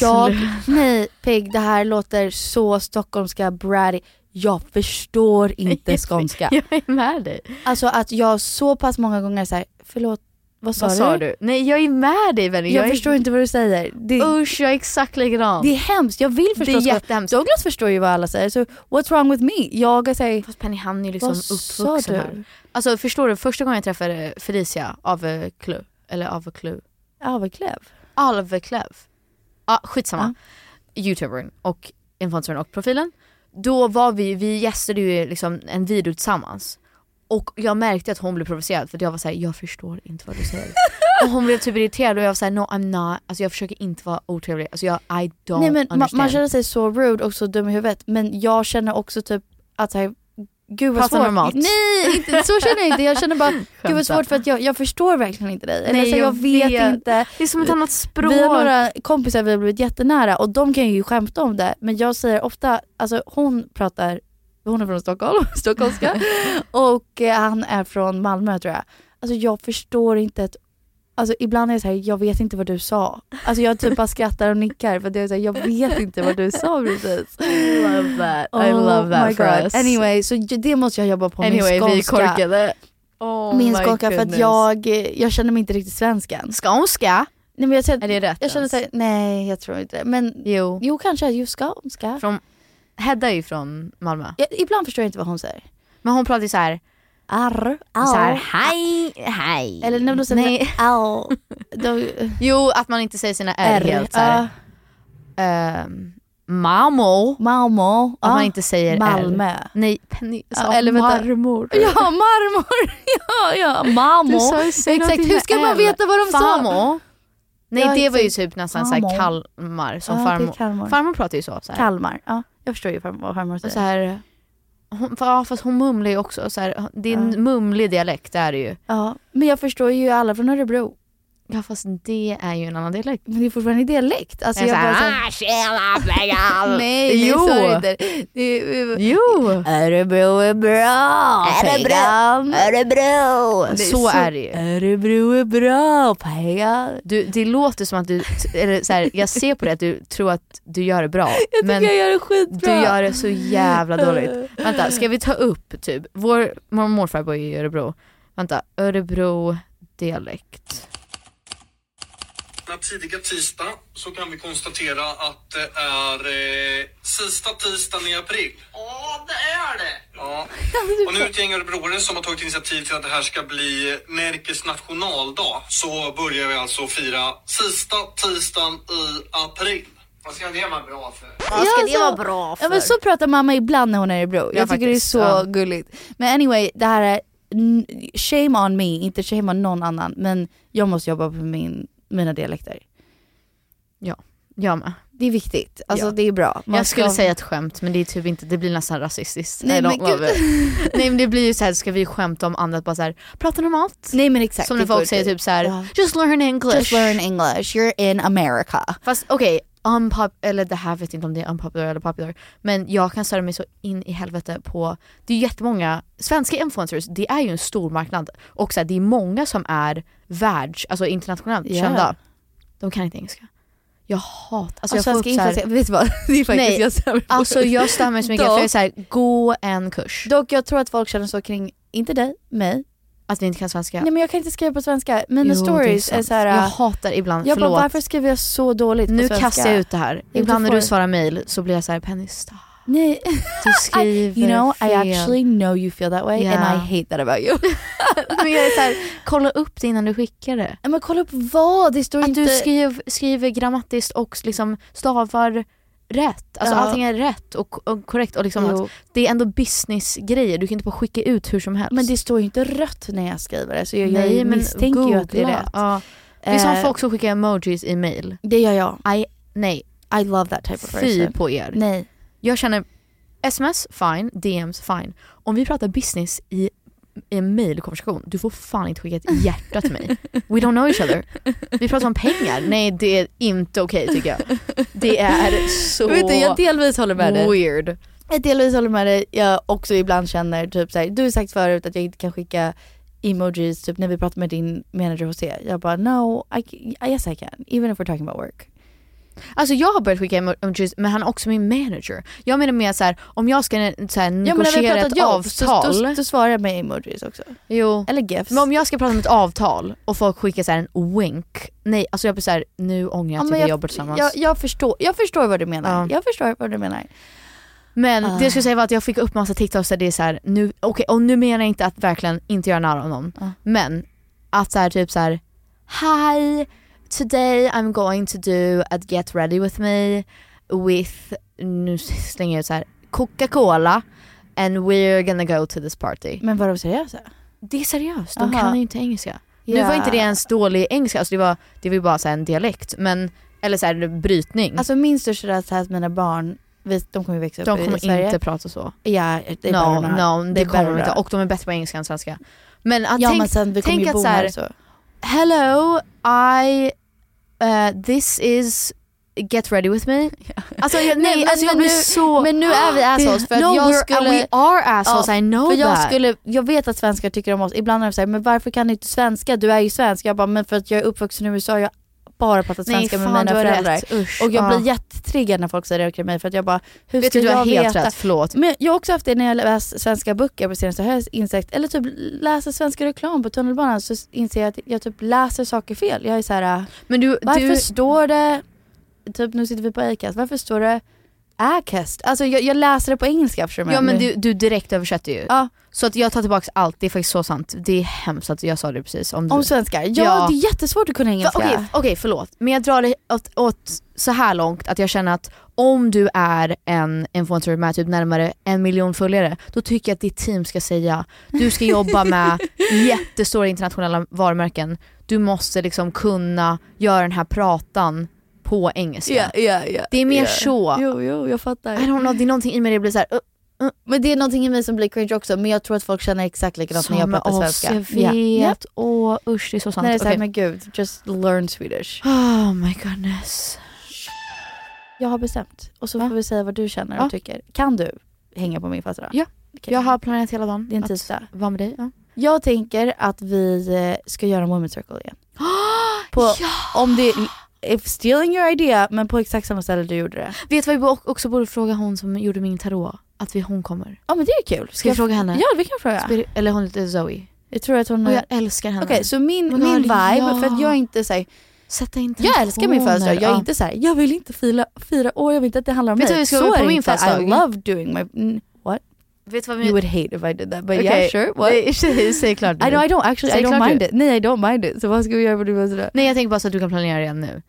Jag, nej Peg det här låter så stockholmska bratty. Jag förstår inte skånska.
Jag är med dig.
Alltså att jag så pass många gånger säger förlåt, vad sa
Vad
du?
sa du? Nej jag är med dig Benny.
Jag, förstår inte vad du säger. Det,
Usch jag är exakt likadan.
det är hemskt, jag vill förstå
Det är
skånska.
jättehemskt.
Douglas förstår ju vad alla säger så what's wrong with me? Jag säger,
Fast Penny han är liksom
Vad sa
uppvuxen
du?
här. Alltså förstår du, första gången jag träffade Felicia Aveclou, eller Aveclou,
aveklev.
Alveklöv. Ja, Ah, skitsamma. Youtubern och influencern och profilen. Då var vi, vi gästade ju liksom en video tillsammans. Och jag märkte att hon blev provocerad för att jag var såhär, jag förstår inte vad du säger. och hon blev typ irriterad och jag var såhär, no I'm not, alltså jag försöker inte vara otrevlig. Alltså jag, I don't
Nej men ma-
understand.
man känner sig så rude och så dum i huvudet men jag känner också typ att så här, gud vad
Prata
svårt.
normalt.
Nej, inte, så känner jag inte. Jag känner bara, gud vad
Skämtar.
svårt för att jag, jag förstår verkligen inte dig. Eller
Nej,
så här, jag,
jag
vet,
vet.
inte.
det är som ett annat språk.
Vi har några kompisar vi har blivit jättenära och de kan ju skämta om det men jag säger ofta, alltså hon pratar, hon är från Stockholm, stockholmska och eh, han är från Malmö tror jag. Alltså jag förstår inte ett Alltså ibland är jag såhär, jag vet inte vad du sa. Alltså jag typ bara skrattar och nickar för att jag är såhär, jag vet inte vad du sa precis. Oh
I love that, I love that
my
for
God.
us.
Anyway, så j- det måste jag jobba på,
Anyway,
min
vi är
skånska.
korkade. Oh
min
my
skånska för att
goodness.
jag, eh, jag känner mig inte rängt i svenskan.
Skånska?
Nej, men jag,
Är
känner,
det rätt
jag känner
ens?
såhär, nej jag tror inte det. Men
Jo.
jo kanske, jo skånska.
Från, Hedda är ju från Malmö.
Ja, ibland förstår jag inte vad hon säger.
Men hon pratar ju så här.
Arr,
Så här,
au.
hej, hej.
Eller när de säger
Nej.
au. Då,
Jo, att man inte säger sina R,
R,
helt så här.
ja.
Ehm, Marmor.
Malmö.
Att man
ja.
inte säger R.
Ah, Malmö.
Nej, Penny sa
Ja, eller vänta.
marmor.
Ja, marmor. Ja, ja, marmor.
Du sa ju, säg
Exakt,
någonting
hur
med
ska man
L.
veta vad de sa?
Farmor. Nej,
Ja,
det var ju
exakt.
typ nästan så här
Farmor.
Kalmar som
Ja, det är
farmor.
Kalmar.
Farmor pratar ju så. så här.
Kalmar. Ja, jag förstår ju farm- vad farmor
Och
säger.
så här, hon, ja, fast hon mumlar ju också. Så här, det är en
Ja.
mumlig dialekt, det är det ju.
Ja, men jag förstår ju alla från Örebro.
Ja, fast det är ju en annan dialekt.
Men det är fortfarande en dialekt. Alltså,
Jag
jag
är så
bara, så
här,
här,
"Ah, tjena Bengal!"
nej,
Jo.
jo. det sa du inte. Det är-
Jo!
Örebro är bra, Peggan.
Örebro! Så är det ju.
Örebro är bra, Peggan.
Du, det låter som att du, eller så här, jag ser på dig att du tror att du gör det bra. men
jag gör det skitbra.
du gör det så jävla dåligt. Vänta, ska vi ta upp typ, vår mormor och morfar bor ju i Örebro. Vänta, Örebro dialekt.
Denna tidiga tisdag så kan vi konstatera att det är eh, sista tisdagen i april. Ja, det är det! Ja. Och nu är det ett gäng örebroare som har tagit initiativ till att det här ska bli Närkes nationaldag. Så börjar vi alltså fira sista tisdagen i april. Vad ska det vara bra för?
Vad ska det vara bra för? Ja, men så pratar mamma ibland när hon är i Örebro. Jag
Ja,
tycker
faktiskt,
det är så
ja.
gulligt. Men anyway, det här är n- shame on me, inte shame on någon annan. Men jag måste jobba på min, mina dialekter.
Jag med.
Det är viktigt, alltså
Ja.
det är bra. Man
jag skulle
ska-
säga ett skämt men det är typ inte, det blir nästan rasistiskt.
Nej,
I don't
men gud.
love it. Nej men det blir ju så här, ska vi skämta om andra bara så här, prata normalt.
Nej men exakt.
Som när
det
folk
borde-
säger typ så här,
Ja.
just learn English.
Just learn English, you're in America.
Fast okej, unpop eller det här vet inte om det är unpopular eller popular. Men jag kan störa mig så in i helvete på, det är jättemånga, svenska influencers det är ju en stor marknad. Och så här, det är många som är världs, alltså internationellt
Ja.
kända. De kan inte engelska. Jag hatar, alltså
Alltså,
jag får
svenska
upp så här,
influenser, vet du vad? Det är faktiskt
Nej,
jag stämmer på.
Alltså jag stör mig så mycket för jag är såhär, gå en kurs.
Dock jag tror att folk känner så kring, inte dig, mig,
Att vi inte kan svenska.
Nej men jag kan inte skriva på svenska. Mina
Jo, det är
stories är,
sant.
så här. äh,
Jag hatar ibland,
jag bara,
förlåt.
varför skriver jag så dåligt på
nu
svenska?
kastar jag ut det här.
Inte
Ibland när
får-
du svarar mail så blir jag så här Penny stop.
Nej.
Du skriver
You know, I
fel.
actually know you feel that way
Yeah.
and I hate that about you.
Men jag är så här, kolla upp det innan du skickar det.
Men kolla upp vad, det står
Att
inte...
du skriv, skriver grammatiskt och liksom stavar rätt. Alltså
Ja.
allting är rätt och, och korrekt. Och liksom
Jo.
att det är ändå businessgrejer, du kan inte bara skicka ut hur som helst.
Men det står ju inte rött när jag skriver det så jag,
Nej,
jag
men
misstänker ju att det är
googla.
rätt.
Ja. Det är som
Eh,
folk som skickar emojis i mail.
Det gör jag.
I, nej,
I love that type of
fy
person.
på er.
Nej.
Jag känner sms fine, DMs fine. Om vi pratar business i i en mailkonversation, du får fan inte skicka ett hjärta till mig. We don't know each other. Vi pratar om pengar. Nej det är inte okej tycker jag. Det är så
Vet du, jag delvis håller med dig.
weird.
Jag delvis håller med dig. Jag också ibland känner typ så här, du har sagt förut att jag inte kan skicka emojis typ när vi pratar med din manager hos er. Jag bara no, I, c- yes I can. Even if we're talking about work.
Alltså jag har börjat skicka emo- emojis men han är också min manager. Jag menar mer såhär om jag ska ne- så här,
Ja men när vi
negociera
har pratat
ett
jobb så
Mm, avtal.
då, då svarar jag med emojis också.
jo.
Eller gifs.
Men om jag ska prata om ett avtal och folk skickar så här en wink. Nej alltså jag blir såhär nu ångrar jag att vi jobbar tillsammans.
Jag, jag, förstår, jag förstår vad du menar.
Ja.
Jag förstår vad du menar.
Men
Ah.
det jag skulle säga var att jag fick upp massa TikToks där det är såhär, nu, okej och nu menar jag inte att verkligen inte göra narr av någon. Men att såhär typ såhär, Hi, today I'm going to do a get ready with me with, nu slänger jag ut såhär, Coca-Cola and we're gonna go to this party.
Men var de seriösa?
Det är seriöst, de
Aha.
kan ju inte engelska. Nu
Ja.
var inte det ens dålig engelska, alltså det var, det var ju bara så här en dialekt. Men, eller såhär brytning.
Alltså min största rädsla är att mina barn, vi- de kommer ju växa upp
de
i
kommer
Sverige.
inte prata så.
Ja, det är
no,
bara några-
no,
är
det
bara
kommer de
några.
inte. Och de är bättre på engelska än svenska. Men att
Ja
tänk,
men sen vi kommer
tänk
ju
att
bo
så
här
här,
så.
hello, I, eh, this is Get ready with me. Alltså jag, nej,
men-
alltså jag
men
blir
nu-
så...
men nu är vi assholes, för att
no,
jag
we're-
skulle-
We are assholes, Alltså, I know
för jag,
that.
skulle, jag vet att svenskar tycker om oss. Ibland är de såhär, men varför kan du inte svenska? Du är ju svensk. Jag bara, men för att jag är uppvuxen i USA. Jag har bara pratat
nej
svenska med
fan
mina
du har
föräldrar.
rätt. Usch,
Och jag
ja.
blir jättetriggad när folk säger det omkring mig för att jag bara, hur
Vet
ska
du, du har
jag
helt
veta?
rätt, förlåt.
Men jag har också haft det när jag läst svenska böcker på senaste, har jag insett, eller typ läser svenska reklam på tunnelbanan så inser jag att jag typ läser saker fel. Jag är såhär,
Men du,
varför
du,
står det, typ nu sitter vi på Acast, varför står det Acast? Alltså jag, jag läser det på engelska förstår
ja, men
Nu-
du, du direkt översätter ju.
Ja.
Så att jag tar tillbaka allt, det är faktiskt så sant. Det är hemskt att jag sa det precis. Om, du,
Om svenskar? Ja,
Ja.
det är jättesvårt att kunna
För-
engelska.
Okej, okej, förlåt. Men jag drar det åt, åt så här långt att jag känner att om du är en influencer med typ närmare en miljon följare, då tycker jag att ditt team ska säga du ska jobba med jättestora internationella varumärken. Du måste liksom kunna göra den här pratan på engelska.
ja, ja.
Det är mer så.
Jo, jo, jag fattar.
I don't know, det är någonting i mig det blir så här, uh,
Mm, Men det är någonting i mig som blir cringe också, men jag tror att folk känner exakt likadant när jag
med
pratar
oss,
svenska.
Jag vet.
Ja. Ja.
Åh usch, det är så sant.
När det är såhär,
Okej.
men gud, just learn Swedish.
Oh my goodness.
Jag har bestämt. Och så får vi säga vad du känner och
Ja.
tycker. Kan du hänga på min fastrad?
Ja.
Okej.
Jag har planerat hela dagen
Det är en
att
tisdag.
vara med dig. Ja.
Jag tänker att vi eh, ska göra en women's circle igen. På, Om det if stealing your idea, men på exakt samma ställe du gjorde det.
Vet vad vi bo- också borde fråga hon som gjorde min tarot? Att vi, hon kommer.
Ja men det är kul. Ska,
vi
jag-
fråga henne?
Ja vi kan fråga.
Spir- Eller hon heter Zoe.
Jag tror att hon...
Och
är-
jag älskar henne.
Okej, så min,
Men
min
ja.
vibe, för att jag är inte såhär,
Sätta intentioner.
jag älskar min födelsedag. Jag är
Ja.
inte såhär, jag vill inte fira, fira år, jag vill inte att det handlar om
Vet du vad
mig.
vi ska
Så
göra
är
på
det
min
inte. I
födelsedag?
love doing my... mm, What?
Vet vad
You
min...
would hate if I did that, but yeah
Okej.
sure. What?
Nej, Säg klart
I, know, I don't actually,
Säg
I don't
klart
mind
du.
it. Nej I don't mind it. Så vad ska vi göra på din födelsedag?
Nej jag tänker bara så att du kan planera igen nu.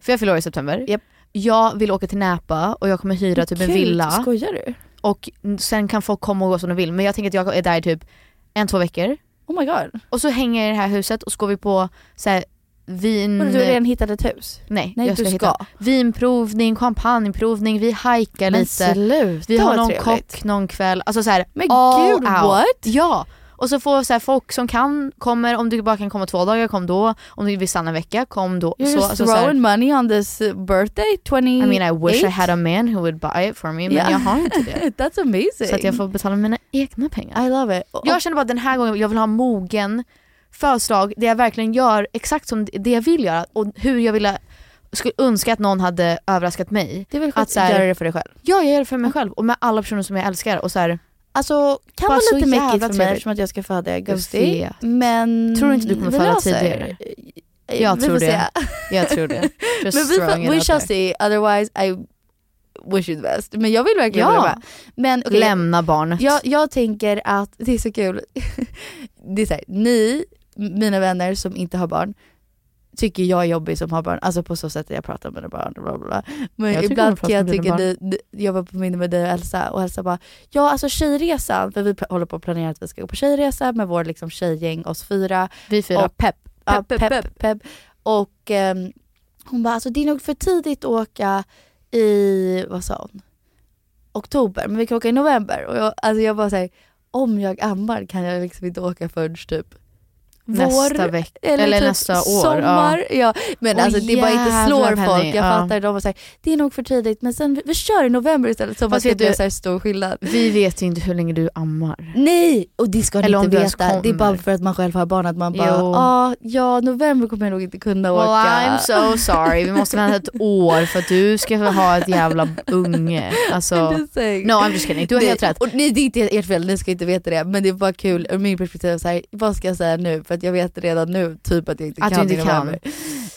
För jag fyller år i september.
Japp.
Jag vill åka till Näpa och jag kommer hyra typ en
Gud,
villa.
Skojar du?
Och n- sen kan folk komma och gå som de vill. Men jag tänker att jag är där i typ en, två veckor.
Oh my god.
Och så hänger jag i det här huset och så går vi på så här, vin...
Vadå, Du har redan hittat ett hus?
Nej,
Nej,
jag
du
ska,
ska.
hitta vinprovning, champagneprovning, vi hajkar
Men
lite.
sluta
Vi har
vad
någon
trevligt.
kock någon kväll. Alltså så här,
Men
all
gud,
out.
what?
Ja. Och så får så här, folk som kan kommer, om du bara kan komma två dagar, kom då. Om du vill stanna en vecka, kom då.
You're
så,
just
alltså, så här,
throwing money on this uh, birthday, 28?
I mean I wish I had a man who would buy it for me, men
Yeah.
jag har inte det.
That's amazing.
Så att jag får betala mina egna pengar.
I love it. Och-
Jag känner bara den här gången, jag vill ha mogen födelsedag där jag verkligen gör exakt som det jag vill göra och hur jag ville, skulle önska att någon hade överraskat mig.
det är väl
att
skönt
så här-
att göra det för dig själv.
Ja, jag gör det för mig själv och med alla personer som jag älskar. Och så här,
Alltså kan
Bara
vara
så
lite mäckigt för
jävla
mig
trevligt.
eftersom att jag ska föda i
Jag
augusti.
vet.
Men
Tror du inte du kommer
vi
föda
löser-
tidigare?
Eh,
Jag
vi
tror
får
det.
se.
Jag tror det. Just
men vi,
throwing
får,
it
we
out
shall
there.
see, otherwise I wish you the best. Men jag vill verkligen
Ja.
vara med. Men, okej,
Lämna barnet.
jag, jag tänker att det är så kul. det är så här, ni, m- mina vänner som inte har barn, tycker jag är jobbig som har barn, alltså på så sätt att jag pratar med mina barn. Bla bla bla. Men
Jag tycker hon
ibland
pratar
kan jag
med dina
tycka,
barn.
ni, ni- jag var på middag med dig och Elsa och Elsa bara, ja alltså tjejresan, för vi pl- håller på att planera att vi ska gå på tjejresa med vår liksom, tjejgäng, oss fyra.
Vi fyra.
Och, pepp, pepp, pepp, pepp, Och ehm, hon bara, alltså det är nog för tidigt att åka i, vad sa hon? Oktober, men vi kan åka i november. Och jag, alltså jag bara säger om jag ammar kan jag liksom inte åka förrän typ
Nästa
vår
veck- eller
typ
nästa år,
Sommar. Ja. Men
Åh,
alltså det bara inte
jävlar,
slår folk.
Penny,
Jag
ja.
fattar, de var såhär, det är nog för tidigt men sen vi, vi kör i november istället. Som att
Fast
det
vet
blir
du-
så här stor skillnad.
Vi vet ju inte hur länge du ammar.
Nej! Och det ska ni
Eller om
inte
du ens
veta. Det är bara
kommer.
för att man själv har barn att man bara,
Jo.
ah, ja november kommer jag nog inte kunna
Well
åka.
I'm so sorry, vi måste vänta ett år för att du ska ha ett jävla unge. Alltså,
Precis.
no I'm just kidding, du har
Det-
helt rätt.
Och nej, det är inte ert fel, ni ska inte veta det. Men det är bara kul ur min perspektiv, så här, vad ska jag säga nu? För att jag vet redan nu typ att jag inte
Att du
kan.
inte
i
kan.
november.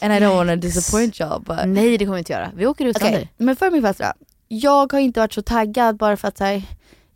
And I don't wanna disappoint y'all. But...
Nej det kommer vi inte göra, vi åker utan
Okej,
dig.
Men för min födelsedag, jag har inte varit så taggad bara för att så här,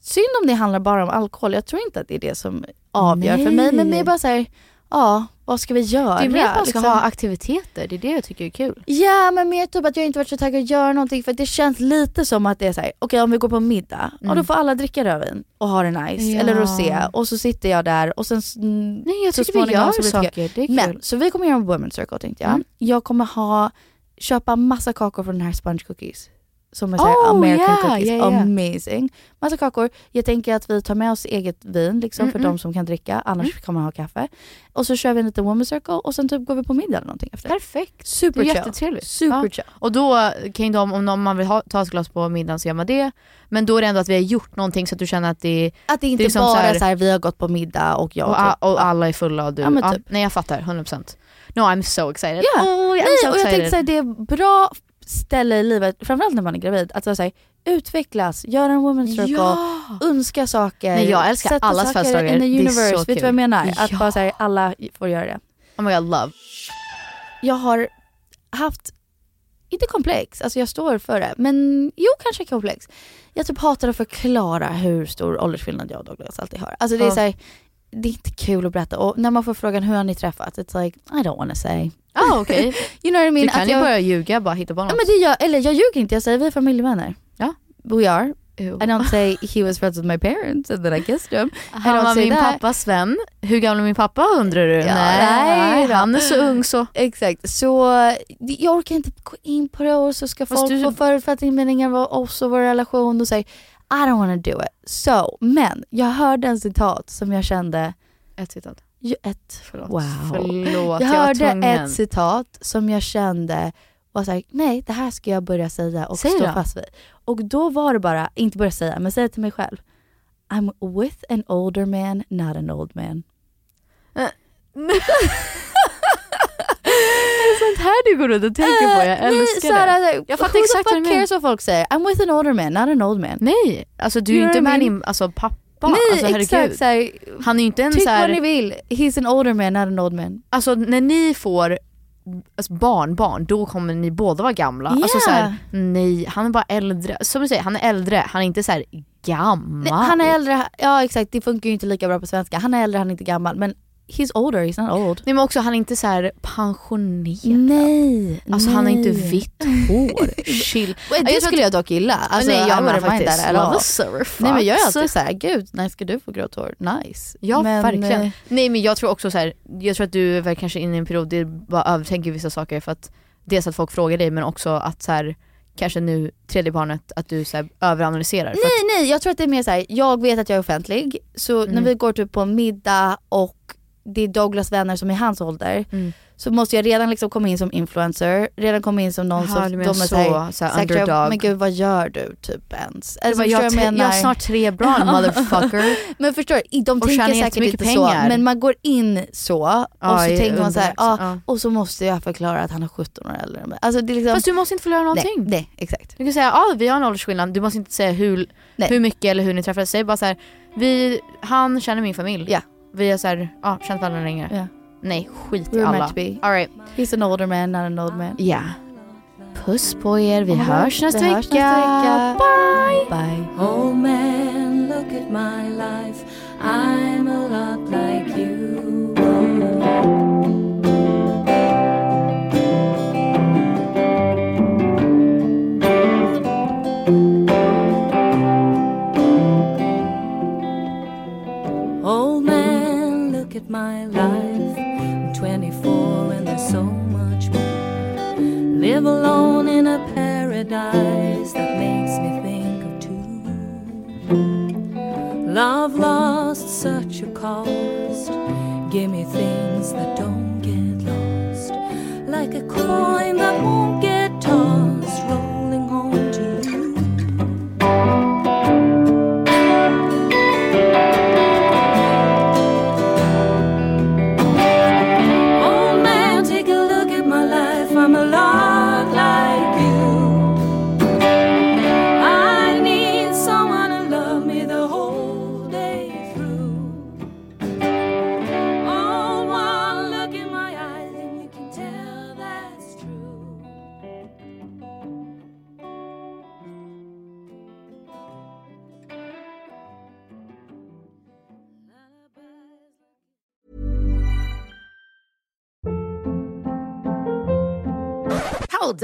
synd om det handlar bara om alkohol. Jag tror inte att det är det som avgör för mig. Men
Nej.
mer bara så här, ja vad ska vi göra?
Det är mer att man ska
liksom?
ha aktiviteter, det är det jag tycker är kul.
Ja men mer typ att jag inte varit så taggad att göra någonting för att det känns lite som att det är såhär, okej om vi går på middag, och då
Mm.
får alla dricka rödvin och ha det nice,
Ja.
eller rosé och så sitter jag där och sen s- mm,
Nej jag
så
tycker vi
småningom
gör
så blir det typ-
saker, det är kul.
Men så vi kommer göra en women's circle tänkte jag.
Mm.
Jag kommer ha, köpa massa kakor från den här sponge cookies. Som är såhär
Oh,
American
yeah,
cookies,
yeah, yeah.
amazing. Massa kakor. Jag tänker att vi tar med oss eget vin liksom för
Mm-mm. Mm.
de som kan dricka, annars kan man ha kaffe. Och så kör vi en liten women's circle och sen typ går vi på middag eller någonting efter.
Perfekt, det
Super
är
chill.
jättetrevligt.
Super
Ja.
chill.
Och då kan ju de, om någon- man vill ha, ta ett glas på middagen så gör man det. Men då är det ändå att vi har gjort någonting så att du känner att det är
Att det inte
Det är som
bara
så här-
är så här, vi har gått på middag och jag
och,
typ.
a- och alla är fulla och du.
Ja, men
Ja,
typ.
nej jag fattar, 100%. No I'm so excited.
Ja.
Oh, I'm
Nej,
so
och jag tänkte
excited.
såhär, det är bra ställe i livet, framförallt när man är gravid, att vara såhär, utvecklas, göra en women's circle,
Ja.
önska saker.
Nej, jag älskar
sätta
allas
saker
födelsedagar.
in the
Det är
universe.
så
Vet du
kul.
vad jag menar? Att
Ja.
bara såhär, alla får göra det.
Oh my god love.
Jag har haft, inte komplex, alltså jag står för det, men jo kanske komplex. Jag typ hatar att förklara hur stor åldersskillnad jag och Douglas alltid har. Alltså det är
Ja.
såhär, det är inte kul att berätta. Och när man får frågan hur har ni träffats? It's like, I don't wanna say.
Ah, okej.
You know what I mean?
Du kan
Att
ju
jag-
börja ljuga bara hitta på något.
Ja, men det gör, eller jag ljuger inte, jag säger vi är familjevänner.
Ja.
We are.
Ew.
I don't say he was friends with my parents and then I kissed him. I
Han
don't
var
say
min
that.
pappas vän. Hur gammal är min pappa undrar du?
Ja, nej
nej,
då.
han är så ung så.
Exakt, så det- jag orkar inte gå in på det och så ska
Fast
folk
du-
få förutfattade meningar om oss och vår relation och säga I don't wanna do it. So, men jag hörde en citat som jag kände,
Ett citat.
ju ett,
Förlåt.
wow.
Förlåt,
jag
jag var
hörde
tvungen.
ett citat som jag kände var såhär, nej det här ska jag börja säga och
Säg
stå
då.
fast vid. Och då var det bara, inte börja säga, men säga till mig själv. I'm with an older man, not an old man.
Sånt här du går runt och tänker på,
Eh,
jag älskar det.
alltså,
Jag fattar exakt
vad
vad
du
du
menar.
menar.
cares vad folk säger? I'm with an older man, not an old man.
Nej, alltså du är
You
ju
know
inte
what I
med
mean?
din alltså, pappa.
Nej
alltså, herregud.
exakt, såhär,
Han är ju inte en
tyck
så här,
vad ni vill. He's an older man, not an old man.
alltså när ni får alltså, barnbarn då kommer ni båda vara gamla. Alltså
Ja.
så här, nej han är bara äldre. Som du säger, han är äldre, han är inte så här gammal.
Nej, han är äldre, ja exakt det funkar ju inte lika bra på svenska. Han är äldre, han är inte gammal. Men he's older, he's not old.
Nej men också han är inte så här pensionerad.
Nej,
Alltså han har inte
Mm, nej.
vitt hår. Chill.
Men Det
Jag tror
skulle jag dock gilla. Alltså,
nej
I
jag menar
wouldn't mind
faktiskt.
that at all.
Love a silver fox.
Nej men jag är alltid såhär, gud när ska du få grått hår? Nice.
Ja
men,
verkligen.
eh,
Nej men jag tror också så här, jag tror att du är väl kanske inne i en period där du bara övertänker vissa saker för att dels att folk frågar dig men också att så här, kanske nu tredje barnet att du så här, överanalyserar. för att,
Nej nej, jag tror att det är mer såhär, jag vet att jag är offentlig, så när
Mm.
vi går typ på en middag och det är Douglas vänner som är hans ålder,
Mm.
så måste jag redan liksom komma in som influencer, redan komma in som någon
Jaha,
som
du
de
menar
är såhär,
så, så här
säkert,
underdog.
men gud vad gör du typ ens?
Du
Alltså,
bara,
förstår
jag, har
vad
tre- jag har snart tre barn motherfucker.
Men förstår du, de
Och
tänker
tjänar
säkert inte
jättemycket
så
pengar.
men man går in så och
Ja,
så
i
tänker man så här,
underlägsen,
ah,
ja.
och så måste jag förklara att han är 17 år äldre än mig. Alltså det är liksom,
Fast du måste inte förlora
nej,
någonting.
nej exakt.
Du kan säga ja ah, vi har en åldersskillnad, du måste inte säga hur,
Nej.
hur mycket eller hur ni träffades. Säg bara så här, Vi, han känner min familj. Ja. Vi har så här, "Ah, ja, känt varandra länge. Nej, skit i
We're
alla.
meant to be.
All right.
He's an older man, not an old man.
Ja. Puss på er, vi hörs nästa
Vi
vecka.
hörs nästa
Bye!
Bye.
Oh man, look at my life. I'm a lot like you. Oh man, look at my life. I'm 24 and there's so much more. Live alone in a paradise that makes me think of two. Love lost such a cost. Give me things that don't get lost. Like a coin that won't get tossed, rolling home to you. Oh man, take a look at my life. I'm a lot like you. I need someone to love me the whole day through. Oh, one look in my eyes and you can tell that's true.
Hold